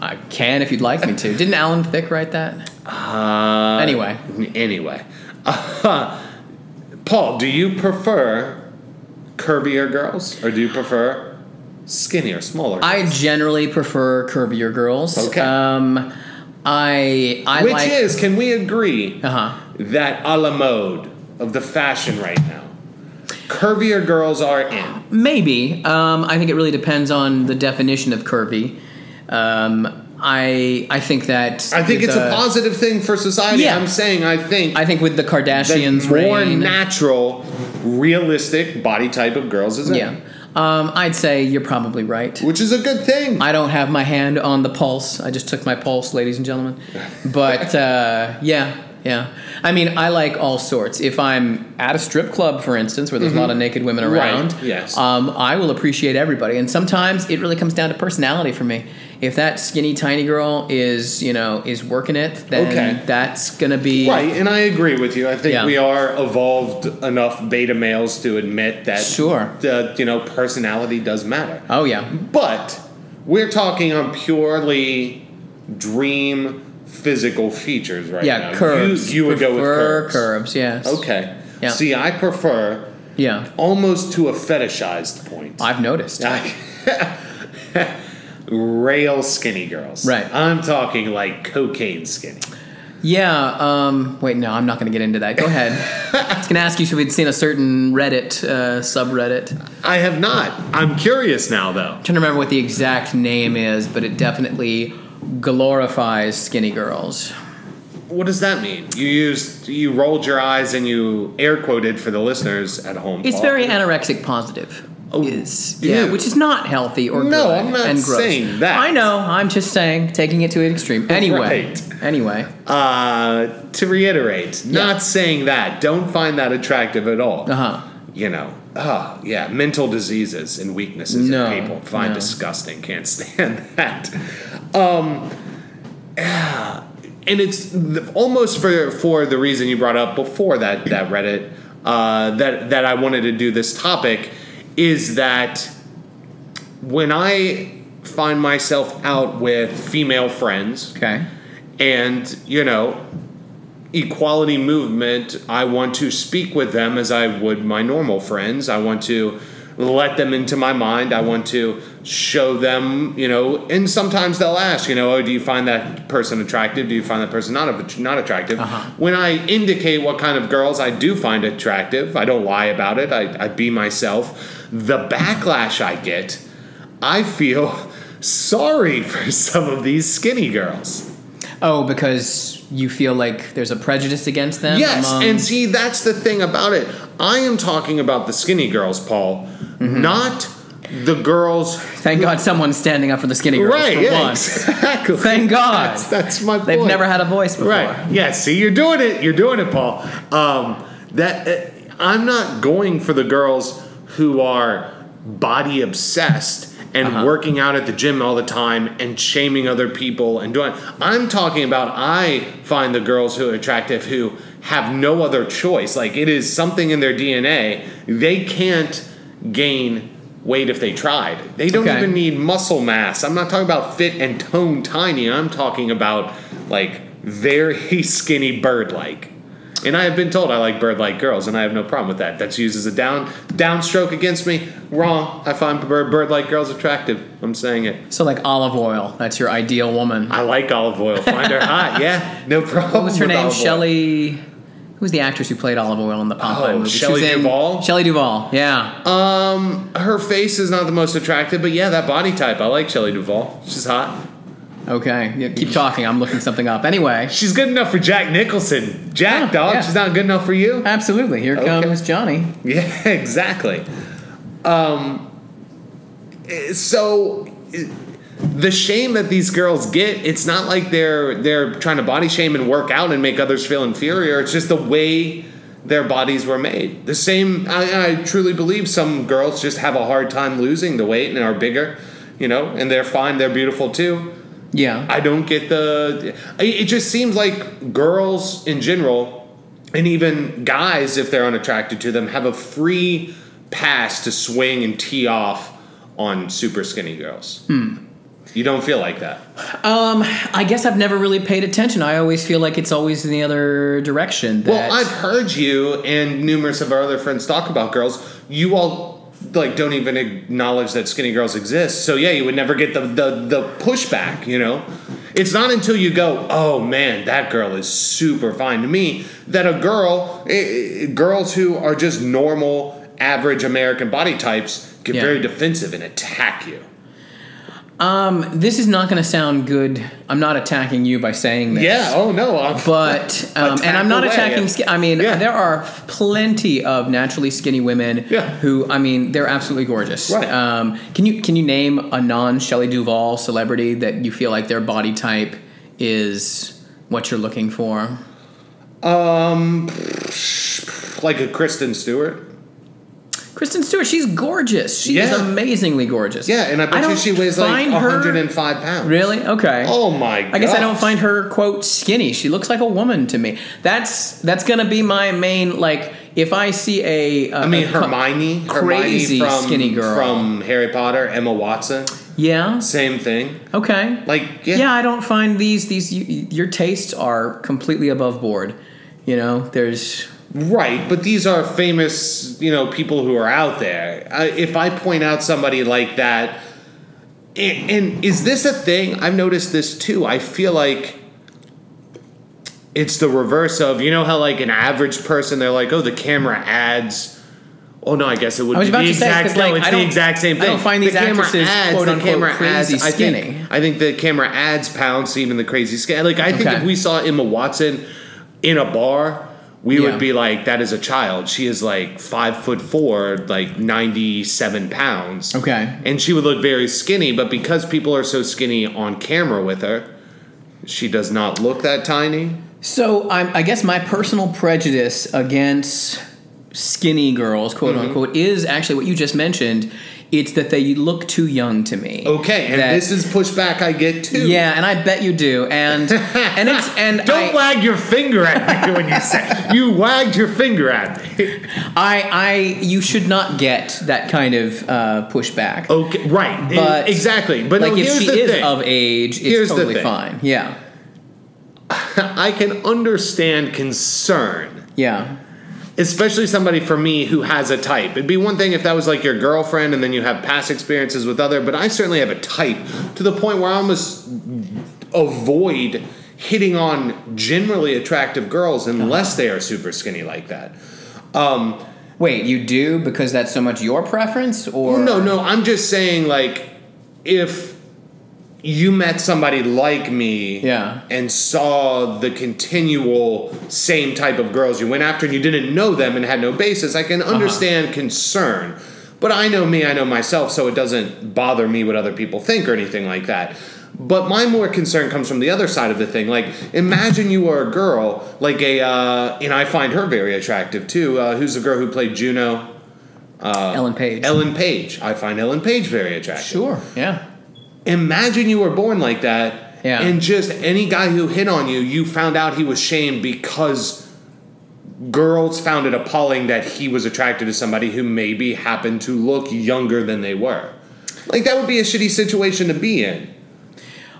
Speaker 1: I can if you'd like me to. Didn't Alan Thicke write that?
Speaker 2: Uh,
Speaker 1: Anyway.
Speaker 2: Anyway. Uh, Paul, do you prefer curvier girls or do you prefer skinnier, smaller?
Speaker 1: I generally prefer curvier girls.
Speaker 2: Okay.
Speaker 1: Um, I I
Speaker 2: Which
Speaker 1: like.
Speaker 2: is, can we agree
Speaker 1: Uh huh.
Speaker 2: that a la mode of the fashion right now? Curvier girls are in.
Speaker 1: Maybe. Um, I think it really depends on the definition of curvy. Um, I I think that.
Speaker 2: I think
Speaker 1: with
Speaker 2: it's
Speaker 1: the-
Speaker 2: a positive thing for society.
Speaker 1: Yeah.
Speaker 2: I'm saying I think
Speaker 1: I think with the
Speaker 2: the
Speaker 1: Kardashians
Speaker 2: more
Speaker 1: reign.
Speaker 2: natural, realistic body type of girls is in.
Speaker 1: yeah. Um, I'd say you're probably right.
Speaker 2: Which is a good thing.
Speaker 1: I don't have my hand on the pulse. I just took my pulse, ladies and gentlemen. But uh, yeah, yeah. I mean, I like all sorts. If I'm at a strip club, for instance, where there's a lot of naked women
Speaker 2: Mm-hmm. Right,
Speaker 1: around,
Speaker 2: yes.
Speaker 1: um, I will appreciate everybody. And sometimes it really comes down to personality for me. If that skinny tiny girl is, you know, is working it, then
Speaker 2: Okay.
Speaker 1: that's gonna be
Speaker 2: Right, and I agree with you. I think
Speaker 1: Yeah.
Speaker 2: we are evolved enough beta males to admit that
Speaker 1: Sure.
Speaker 2: the you know personality does matter.
Speaker 1: Oh yeah,
Speaker 2: But we're talking on purely dream physical features right now.
Speaker 1: yeah. Curves.
Speaker 2: You, you would go with
Speaker 1: Prefer
Speaker 2: curves.
Speaker 1: Curves, yes.
Speaker 2: Okay.
Speaker 1: Yeah.
Speaker 2: See, I prefer
Speaker 1: Yeah,
Speaker 2: almost to a fetishized point.
Speaker 1: I've noticed.
Speaker 2: <laughs> Rail skinny girls.
Speaker 1: Right.
Speaker 2: I'm talking like cocaine skinny.
Speaker 1: Yeah. Um, wait, no, I'm not going to get into that. Go <laughs> ahead. I was going to ask you if we'd seen a certain Reddit uh, subreddit. I'm
Speaker 2: I have not. I'm curious now though.
Speaker 1: trying to remember what the exact name is, but it definitely glorifies skinny girls.
Speaker 2: What does that mean? You used you rolled your eyes and you air quoted for the listeners at home.
Speaker 1: It's
Speaker 2: Paul.
Speaker 1: very anorexic positive.
Speaker 2: Oh,
Speaker 1: is yeah,
Speaker 2: ew.
Speaker 1: which is not healthy or
Speaker 2: No,
Speaker 1: good
Speaker 2: I'm not
Speaker 1: and gross.
Speaker 2: saying that.
Speaker 1: I know. I'm just saying, taking it to an extreme. Anyway,
Speaker 2: Right.
Speaker 1: anyway,
Speaker 2: Uh, to reiterate, not saying that. Don't find that attractive at all.
Speaker 1: uh huh.
Speaker 2: You know, ah, yeah, mental diseases and weaknesses
Speaker 1: No,
Speaker 2: that people find
Speaker 1: no.
Speaker 2: disgusting. Can't stand <laughs> that. Um, ah, and it's th- almost for for the reason you brought up before that that Reddit uh, that that I wanted to do this topic is that when I find myself out with female friends
Speaker 1: Okay.
Speaker 2: and you know equality movement i want to speak with them as i would my normal friends i want to let them into my mind i want to show them you know and sometimes they'll ask you know oh do you find that person attractive do you find that person not not attractive
Speaker 1: Uh-huh.
Speaker 2: when i indicate what kind of girls i do find attractive i don't lie about it i, I be myself the backlash i get i feel <laughs> sorry for some of these skinny girls
Speaker 1: Oh, because you feel like there's a prejudice against them.
Speaker 2: Yes,
Speaker 1: among-
Speaker 2: and see, that's the thing about it. I am talking about the skinny girls, Paul,
Speaker 1: Mm-hmm.
Speaker 2: not the girls.
Speaker 1: Thank God someone's standing up for the skinny girls
Speaker 2: right,
Speaker 1: for
Speaker 2: yeah,
Speaker 1: once.
Speaker 2: exactly.
Speaker 1: Thank God.
Speaker 2: That's, that's my point.
Speaker 1: They've never had a voice before.
Speaker 2: Right. Yeah. See, you're doing it. You're doing it, Paul. Um, that uh, I'm not going for the girls who are body obsessed and
Speaker 1: Uh-huh.
Speaker 2: working out at the gym all the time and shaming other people and doing. I'm talking about I find the girls who are attractive who have no other choice. Like it is something in their DNA. They can't gain weight if they tried. They don't
Speaker 1: Okay.
Speaker 2: even need muscle mass. I'm not talking about fit and <laughs> tone tiny. I'm talking about like very skinny bird like. And I have been told I like Bird Like Girls, and I have no problem with that. That's used as a down downstroke against me. Wrong. I find Bird, bird Like Girls attractive. I'm saying it.
Speaker 1: So like olive oil. That's your ideal woman.
Speaker 2: I like olive oil. Find
Speaker 1: <laughs>
Speaker 2: her hot. Yeah, no problem.
Speaker 1: What was her
Speaker 2: with
Speaker 1: name?
Speaker 2: olive oil.
Speaker 1: Shelley. Who was the actress who played Olive Oil in the Popeye
Speaker 2: Oh,
Speaker 1: movie? She
Speaker 2: Shelley
Speaker 1: was in-
Speaker 2: Duvall?
Speaker 1: Shelley Duvall. Yeah.
Speaker 2: Um, her face is not the most attractive, but yeah, that body type. I like Shelley Duvall. She's hot.
Speaker 1: okay. Yeah, keep talking. I'm looking something up. Anyway.
Speaker 2: She's good enough for Jack Nicholson. Jack,
Speaker 1: Yeah,
Speaker 2: dog.
Speaker 1: yeah.
Speaker 2: She's not good enough for you.
Speaker 1: Absolutely. Here
Speaker 2: Okay.
Speaker 1: comes Johnny.
Speaker 2: <laughs> Yeah, exactly. Um, eh, so eh, the shame that these girls get, it's not like they're they're trying to body shame and work out and make others feel inferior. It's just the way their bodies were made. The same, I, I truly believe some girls just have a hard time losing the weight and are bigger, you know, and they're fine, they're beautiful too.
Speaker 1: Yeah.
Speaker 2: I don't get the. It it just seems like girls in general, and even guys, if they're unattracted to them, have a free pass to swing and tee off on super skinny girls. You don't feel like that.
Speaker 1: Um, I guess I've never really paid attention. I always feel like it's always in the other direction. That
Speaker 2: Well, I've heard you and numerous of our other friends talk about girls. You all like don't even acknowledge that skinny girls exist. So yeah, you would never get the the, the pushback. You know, it's not until you go, oh man, that girl is super fine to me, that a girl, eh, eh, girls who are just normal, average American body types get
Speaker 1: Yeah.
Speaker 2: very defensive and attack you.
Speaker 1: um, this is not going to sound good. I'm not attacking you by saying this.
Speaker 2: Yeah. Oh no. I'm,
Speaker 1: But um,
Speaker 2: Attack
Speaker 1: and I'm not
Speaker 2: away.
Speaker 1: attacking. Ski- I mean,
Speaker 2: Yeah.
Speaker 1: there are plenty of naturally skinny women
Speaker 2: Yeah.
Speaker 1: who, I mean, they're absolutely gorgeous.
Speaker 2: Right.
Speaker 1: Um, can you can you name a non Shelley Duvall celebrity that you feel like their body type is what you're looking for?
Speaker 2: um, like a Kristen Stewart.
Speaker 1: Kristen Stewart, she's gorgeous. She is
Speaker 2: Yeah.
Speaker 1: amazingly gorgeous.
Speaker 2: Yeah, and I bet you
Speaker 1: don't
Speaker 2: she weighs like
Speaker 1: find her-
Speaker 2: 105 pounds.
Speaker 1: Really? Okay.
Speaker 2: Oh my god.
Speaker 1: I guess I don't find her quote skinny. She looks like a woman to me. That's that's gonna be my main like. If I see a, uh,
Speaker 2: I mean
Speaker 1: a co-
Speaker 2: Hermione,
Speaker 1: crazy
Speaker 2: Hermione from,
Speaker 1: skinny girl.
Speaker 2: from Harry Potter, Emma Watson,
Speaker 1: yeah,
Speaker 2: same thing.
Speaker 1: okay,
Speaker 2: Like yeah,
Speaker 1: yeah. I don't find these these you, your tastes are completely above board. You know, there's
Speaker 2: right. But these are famous, you know, people who are out there. I, if I point out somebody like that, and, and is this a thing? I've noticed this too. I feel like. It's the reverse of you know how like an average person they're like oh the camera adds oh no I guess it would
Speaker 1: I was
Speaker 2: be
Speaker 1: about
Speaker 2: the
Speaker 1: to say,
Speaker 2: exact
Speaker 1: 'cause,
Speaker 2: no,
Speaker 1: like,
Speaker 2: it's
Speaker 1: I
Speaker 2: the
Speaker 1: don't-
Speaker 2: exact same
Speaker 1: I
Speaker 2: thing
Speaker 1: don't find
Speaker 2: the
Speaker 1: these
Speaker 2: camera
Speaker 1: actries,
Speaker 2: adds,
Speaker 1: quote,
Speaker 2: the
Speaker 1: unquote,
Speaker 2: camera
Speaker 1: crazy
Speaker 2: adds, I
Speaker 1: skinny.
Speaker 2: think I think the camera adds pounds to even the crazy skin. Like I think
Speaker 1: Okay.
Speaker 2: if we saw Emma Watson in a bar, we
Speaker 1: Yeah.
Speaker 2: would be like, "That is a child. She is like five foot four, like ninety seven pounds."
Speaker 1: Okay.
Speaker 2: and she would look very skinny. But because people are so skinny on camera with her, she does not look that tiny.
Speaker 1: So I, I guess my personal prejudice against skinny girls, quote
Speaker 2: Mm-hmm.
Speaker 1: unquote, is actually what you just mentioned. It's that they look too young to me.
Speaker 2: Okay, and
Speaker 1: That-
Speaker 2: this is pushback I get too.
Speaker 1: Yeah, and I bet you do.
Speaker 2: <laughs>
Speaker 1: And and it's and
Speaker 2: Don't
Speaker 1: I,
Speaker 2: wag your finger at me when
Speaker 1: <laughs>
Speaker 2: you say you wagged your finger at me.
Speaker 1: I I you should not get that kind of uh, pushback.
Speaker 2: Okay, right,
Speaker 1: But-
Speaker 2: exactly. But
Speaker 1: like
Speaker 2: no,
Speaker 1: if
Speaker 2: here's
Speaker 1: she
Speaker 2: the
Speaker 1: is
Speaker 2: thing.
Speaker 1: of age, it's
Speaker 2: Here's the
Speaker 1: totally
Speaker 2: thing.
Speaker 1: fine. Yeah.
Speaker 2: <laughs> I can understand concern,
Speaker 1: Yeah.
Speaker 2: especially somebody for me who has a type. It'd be one thing if that was like your girlfriend and then you have past experiences with other, but I certainly have a type to the point where I almost avoid hitting on generally attractive girls unless they are super skinny like that. Um,
Speaker 1: Wait, you do because that's so much your preference or
Speaker 2: no, no, I'm just saying like if you met somebody like me
Speaker 1: Yeah.
Speaker 2: and saw the continual same type of girls you went after and you didn't know them and had no basis, I
Speaker 1: Uh-huh.
Speaker 2: can understand concern. But I know me, I know myself, so it doesn't bother me what other people think or anything like that. But my more concern comes from the other side of the thing. Like, imagine you are a girl, like a, uh, and I find her very attractive too. Uh, who's the girl who played Juno?
Speaker 1: uh, Ellen Page.
Speaker 2: Ellen Page. I find Ellen Page very attractive.
Speaker 1: Sure. Yeah.
Speaker 2: Imagine you were born like that,
Speaker 1: Yeah.
Speaker 2: and just any guy who hit on you, you found out he was shamed because girls found it appalling that he was attracted to somebody who maybe happened to look younger than they were. Like that would be a shitty situation to be in.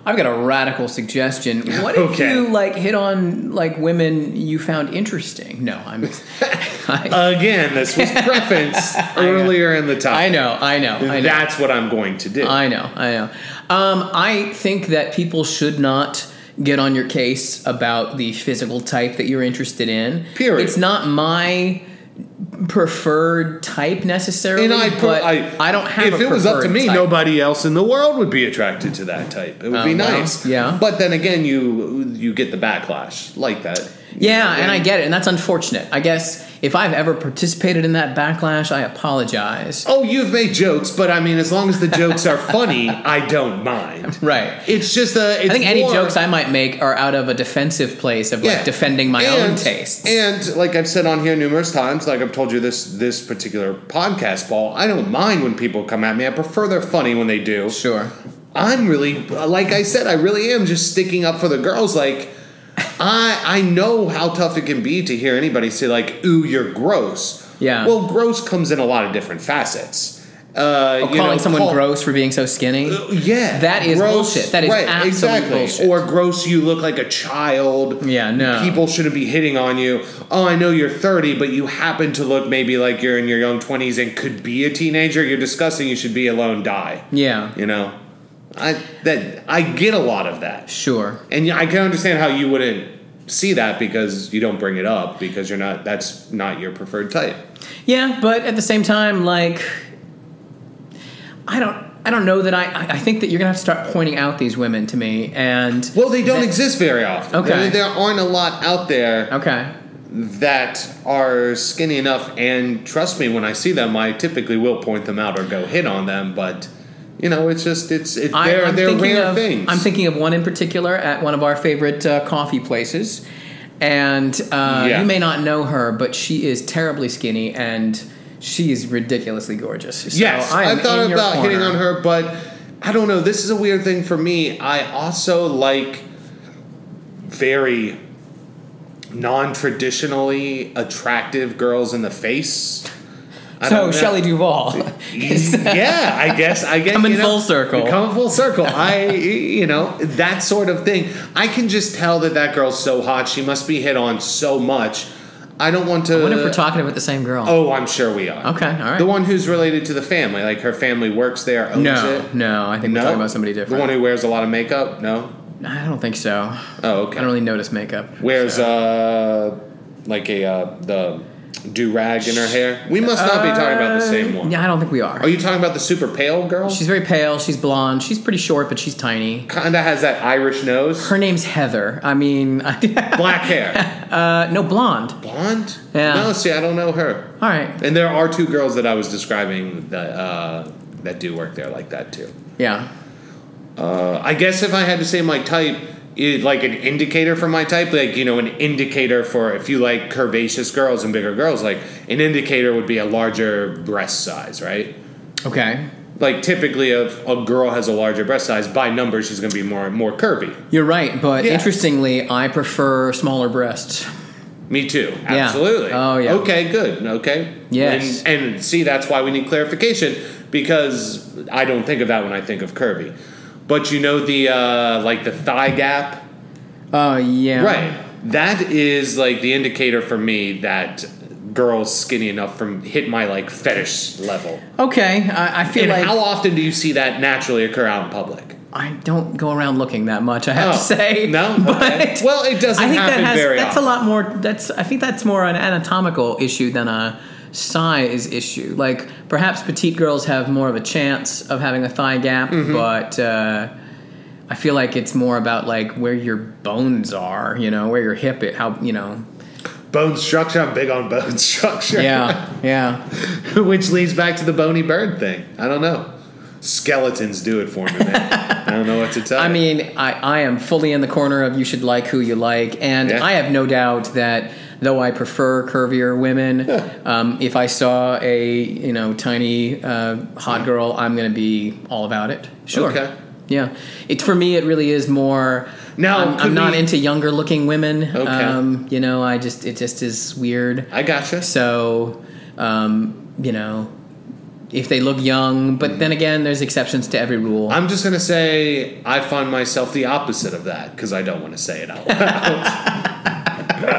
Speaker 1: I've got a radical suggestion. What if
Speaker 2: Okay.
Speaker 1: you like hit on like women you found interesting? No, I'm.
Speaker 2: <laughs>
Speaker 1: <laughs> I,
Speaker 2: Again, this
Speaker 1: <laughs>
Speaker 2: was preferenced earlier in the topic.
Speaker 1: Uh, I know, I know, I know.
Speaker 2: That's what I'm going to do.
Speaker 1: I know, I know. Um, I think that people should not get on your case about the physical type that you're interested in.
Speaker 2: Period.
Speaker 1: It's not my preferred type necessarily.
Speaker 2: and I, per-
Speaker 1: but I, don't have.
Speaker 2: If
Speaker 1: a
Speaker 2: it was up to
Speaker 1: preferred
Speaker 2: me,
Speaker 1: type. Oh,
Speaker 2: nobody else in the world would be attracted to that type. It would be
Speaker 1: well,
Speaker 2: nice.
Speaker 1: yeah.
Speaker 2: But then again, you you get the backlash like that.
Speaker 1: Yeah, and I get it, and that's unfortunate. I guess if I've ever participated in that backlash, I apologize.
Speaker 2: Oh, you've made jokes, but I mean, as long as the jokes
Speaker 1: <laughs>
Speaker 2: are funny, I don't mind.
Speaker 1: Right.
Speaker 2: It's just a. It's
Speaker 1: I think any
Speaker 2: more-
Speaker 1: jokes I might make are out of a defensive place of
Speaker 2: Yeah.
Speaker 1: like defending my
Speaker 2: and,
Speaker 1: own tastes.
Speaker 2: And like I've said on here numerous times, like I've told you this this particular podcast, Paul, I don't mind when people come at me. I prefer they're funny when they do.
Speaker 1: sure.
Speaker 2: I'm really like I said, I really am just sticking up for the girls. Like I I know how tough it can be to hear anybody say like, "Ooh, you're gross."
Speaker 1: Yeah.
Speaker 2: Well, gross comes in a lot of different facets. Uh, you
Speaker 1: Oh, Calling
Speaker 2: know,
Speaker 1: someone
Speaker 2: call- Uh,
Speaker 1: gross for being so skinny.
Speaker 2: Yeah,
Speaker 1: That is bullshit. That is absolute bullshit.
Speaker 2: Or gross, you look like a child.
Speaker 1: Yeah, no.
Speaker 2: People shouldn't be hitting on you. Oh, I know you're 30, but you happen to look maybe like you're in your young 20s and could be a teenager. You're disgusting. You should be alone. Die.
Speaker 1: Yeah.
Speaker 2: You know, I that I get a lot of that,
Speaker 1: Sure.
Speaker 2: and yeah, I can understand how you wouldn't see that because you don't bring it up because you're not. That's not your preferred type.
Speaker 1: Yeah, but at the same time, like, I don't. I don't know that I. I- I think that you're gonna have to start pointing out these women to me, and
Speaker 2: Well, they don't exist very often.
Speaker 1: Okay.
Speaker 2: There- there aren't a lot out there.
Speaker 1: okay,
Speaker 2: that are skinny enough and trust me when i see them i typically will point them out or go hit on them but you know it's just it's it,
Speaker 1: I,
Speaker 2: they're
Speaker 1: am
Speaker 2: they're
Speaker 1: thinking
Speaker 2: rare
Speaker 1: of,
Speaker 2: things
Speaker 1: I'm thinking of one in particular at one of our favorite uh, coffee places, and uh,
Speaker 2: Yeah.
Speaker 1: you may not know her, but she is terribly skinny and she is ridiculously gorgeous. So
Speaker 2: yes
Speaker 1: I am
Speaker 2: i've thought
Speaker 1: in your
Speaker 2: about hitting
Speaker 1: corner.
Speaker 2: on her but i don't know this is a weird thing for me i also like very non-traditionally attractive girls in the face I don't
Speaker 1: So
Speaker 2: know.
Speaker 1: Shelley Duvall,
Speaker 2: <laughs>
Speaker 1: <laughs>
Speaker 2: yeah, I guess I guess
Speaker 1: Coming
Speaker 2: you know,
Speaker 1: full circle.
Speaker 2: Coming full circle. I you know that sort of thing. I can just tell that that girl's so hot. She must be hit on so much. I don't want to.
Speaker 1: I wonder if we're talking about the same girl.
Speaker 2: Oh, I'm sure we are.
Speaker 1: Okay, all right.
Speaker 2: The one who's related to the family, like her family works there, owns
Speaker 1: no,
Speaker 2: it.
Speaker 1: no, I think we're talking about somebody
Speaker 2: The one
Speaker 1: different.
Speaker 2: who wears a lot of makeup. No.
Speaker 1: I don't think so.
Speaker 2: Oh, okay.
Speaker 1: I don't really notice makeup.
Speaker 2: wears uh like a uh, the do rag in her hair. We must not be talking uh, about the same one.
Speaker 1: Uh, Yeah, I don't think we are.
Speaker 2: Are you talking about the super pale girl?
Speaker 1: she's very pale. She's blonde. She's pretty short, but she's tiny.
Speaker 2: kind of has that Irish nose,
Speaker 1: <laughs> Her name's Heather. I mean, <laughs>
Speaker 2: black hair,
Speaker 1: uh, no, blonde.
Speaker 2: blonde.
Speaker 1: Yeah.
Speaker 2: No, see, I don't know her.
Speaker 1: All right.
Speaker 2: And there are two girls that I was describing that uh, that do work there like that too.
Speaker 1: Yeah.
Speaker 2: Uh, I guess if I had to say my type, it, like an indicator for my type, like you know, an indicator for if you like curvaceous girls and bigger girls, like an indicator would be a larger breast size, right?
Speaker 1: Okay.
Speaker 2: Like typically, if a girl has a larger breast size, by numbers, she's going to be more more curvy.
Speaker 1: You're right, but
Speaker 2: Yeah.
Speaker 1: interestingly, I prefer smaller breasts.
Speaker 2: Me too.
Speaker 1: Yeah.
Speaker 2: Absolutely.
Speaker 1: Oh, yeah.
Speaker 2: Okay. Good. Okay.
Speaker 1: Yes.
Speaker 2: And, and see, that's why we need clarification because I don't think of that when I think of curvy, but you know the uh, like the thigh gap,
Speaker 1: Oh yeah.
Speaker 2: right? That is like the indicator for me that girls skinny enough from hit my like fetish level.
Speaker 1: Okay. I, I feel
Speaker 2: And
Speaker 1: like
Speaker 2: how often do you see that naturally occur out in public?
Speaker 1: I don't go around looking that much. I have to
Speaker 2: Oh,
Speaker 1: say. <laughs>
Speaker 2: no? Okay.
Speaker 1: But
Speaker 2: Well, it doesn't
Speaker 1: I think
Speaker 2: happen
Speaker 1: that has,
Speaker 2: very
Speaker 1: That's
Speaker 2: often.
Speaker 1: a lot more. That's. I think that's more an anatomical issue than a size issue. Like perhaps petite girls have more of a chance of having a thigh gap,
Speaker 2: Mm-hmm.
Speaker 1: but. Uh, I feel like it's more about like where your bones are, you know, where your hip, it, how you know,
Speaker 2: Bone structure. I'm big on bone <laughs> structure.
Speaker 1: yeah, <laughs> yeah.
Speaker 2: <laughs> Which leads back to the bony bird thing. I don't know. Skeletons do it for
Speaker 1: <laughs>
Speaker 2: me, man. I don't know what to tell
Speaker 1: I
Speaker 2: you.
Speaker 1: mean, I, I am fully in the corner of you should like who you like, and
Speaker 2: Yeah.
Speaker 1: I have no doubt that though I prefer curvier
Speaker 2: <laughs>
Speaker 1: women, um, if I saw a you know tiny uh, hot girl, I'm going to be all about it. Sure.
Speaker 2: Okay.
Speaker 1: Yeah. It for me, it really is more.
Speaker 2: Now,
Speaker 1: I'm,
Speaker 2: could
Speaker 1: I'm not
Speaker 2: we-
Speaker 1: into younger looking women.
Speaker 2: Okay.
Speaker 1: Um, you know, I just it just is weird.
Speaker 2: I gotcha.
Speaker 1: So, um, you know, if they look young.
Speaker 2: Mm-hmm.
Speaker 1: But then again, there's exceptions to every rule.
Speaker 2: I'm just gonna say I find myself the opposite of that because I don't want to say it out loud. <laughs>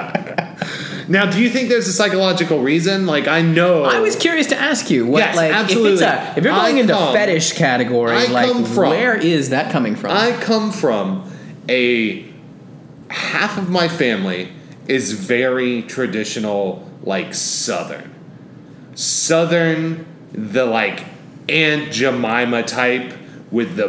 Speaker 2: now, do you think there's a psychological reason? Like I know
Speaker 1: I was curious to ask you what,
Speaker 2: Yes,
Speaker 1: like, if it's
Speaker 2: absolutely.
Speaker 1: a, if you're
Speaker 2: I
Speaker 1: going into
Speaker 2: come-
Speaker 1: fetish category,
Speaker 2: I
Speaker 1: like,
Speaker 2: come from-
Speaker 1: where is that coming from?
Speaker 2: I come from a half of my family is very traditional, like Southern. Southern, the like Aunt Jemima type with the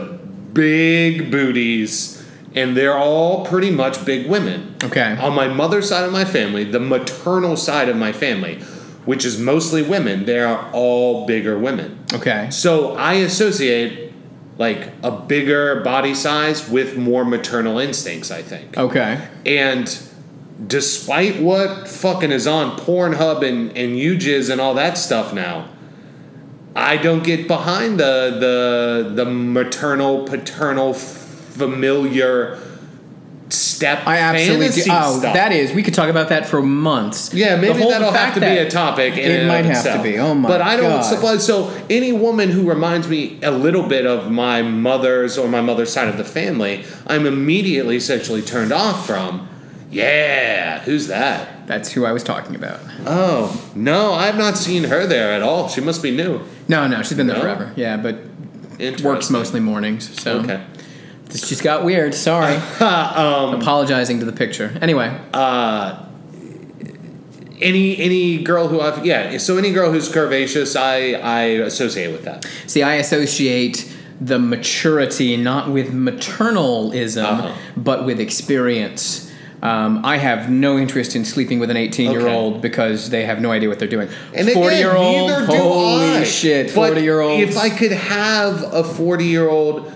Speaker 2: big booties, and they're all pretty much big women.
Speaker 1: Okay.
Speaker 2: On my mother's side of my family, the maternal side of my family, which is mostly women, they are all bigger women.
Speaker 1: okay.
Speaker 2: So I associate like a bigger body size with more maternal instincts, I think.
Speaker 1: Okay.
Speaker 2: And despite what fucking is on Pornhub and, and UJiz and all that stuff now, I don't get behind the the the maternal, paternal, familiar step.
Speaker 1: I absolutely do.
Speaker 2: fantasy
Speaker 1: Oh,
Speaker 2: stuff.
Speaker 1: that is. We could talk about that for months.
Speaker 2: Yeah,
Speaker 1: The
Speaker 2: maybe
Speaker 1: whole
Speaker 2: that'll have
Speaker 1: fact
Speaker 2: to be
Speaker 1: that-
Speaker 2: a topic. In
Speaker 1: It
Speaker 2: and of
Speaker 1: might have
Speaker 2: itself.
Speaker 1: to be. Oh my
Speaker 2: But I don't.
Speaker 1: God.
Speaker 2: suppose So any woman who reminds me a little bit of my mother's or my mother's side of the family, I'm immediately sexually turned off from. Yeah, who's that?
Speaker 1: That's who I was talking about.
Speaker 2: Oh no, I've not seen her there at all. She must be new.
Speaker 1: No, no, she's been there
Speaker 2: No?
Speaker 1: forever. Yeah, but
Speaker 2: Interesting.
Speaker 1: works mostly mornings. So
Speaker 2: Okay.
Speaker 1: This just got weird. Sorry.
Speaker 2: <laughs> um,
Speaker 1: Apologizing to the picture. Anyway,
Speaker 2: uh, any any girl who I've yeah so any girl who's curvaceous I I associate with that.
Speaker 1: see, I associate the maturity not with maternalism,
Speaker 2: Uh-huh.
Speaker 1: but with experience. Um, I have no interest in sleeping with an 18 year old because they have no idea what they're doing.
Speaker 2: And again,
Speaker 1: 40 year old,
Speaker 2: neither do
Speaker 1: holy
Speaker 2: I.
Speaker 1: shit,
Speaker 2: But
Speaker 1: 40 year old.
Speaker 2: If I could have a forty-year-old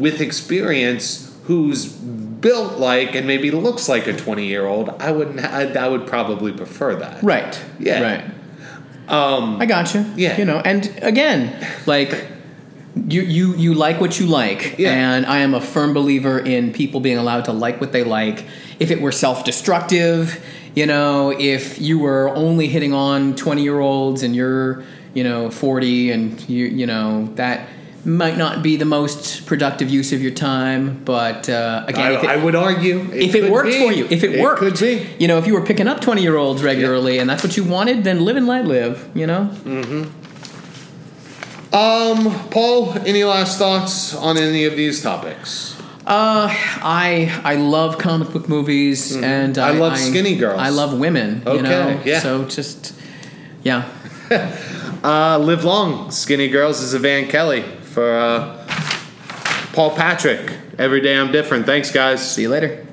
Speaker 2: with experience who's built like and maybe looks like a twenty-year-old, I wouldn't. I, I would probably prefer that.
Speaker 1: Right.
Speaker 2: Yeah.
Speaker 1: Right.
Speaker 2: Um,
Speaker 1: I got you.
Speaker 2: Yeah.
Speaker 1: You know, and again, like you you you like what you like,
Speaker 2: Yeah.
Speaker 1: and I am a firm believer in people being allowed to like what they like. If it were self-destructive, you know, if you were only hitting on 20-year-olds and you're, you know, 40 and you you know, that might not be the most productive use of your time, but uh, again,
Speaker 2: I,
Speaker 1: if it,
Speaker 2: I would argue
Speaker 1: if it
Speaker 2: could
Speaker 1: worked
Speaker 2: be.
Speaker 1: for you, if it, worked,
Speaker 2: could be.
Speaker 1: you know, if you were picking up twenty year olds regularly and that's what you wanted, then live and let live. You know,
Speaker 2: Mm. Um, Paul, any last thoughts on any of these topics?
Speaker 1: uh, I I love comic book movies and
Speaker 2: Mm-hmm. I love skinny girls.
Speaker 1: I love women.
Speaker 2: Okay,
Speaker 1: you know?
Speaker 2: yeah.
Speaker 1: So just yeah,
Speaker 2: Uh, live long, skinny girls is a Van Kelly for uh, Paul Patrick. Every day I'm different. Thanks, guys.
Speaker 1: see you later.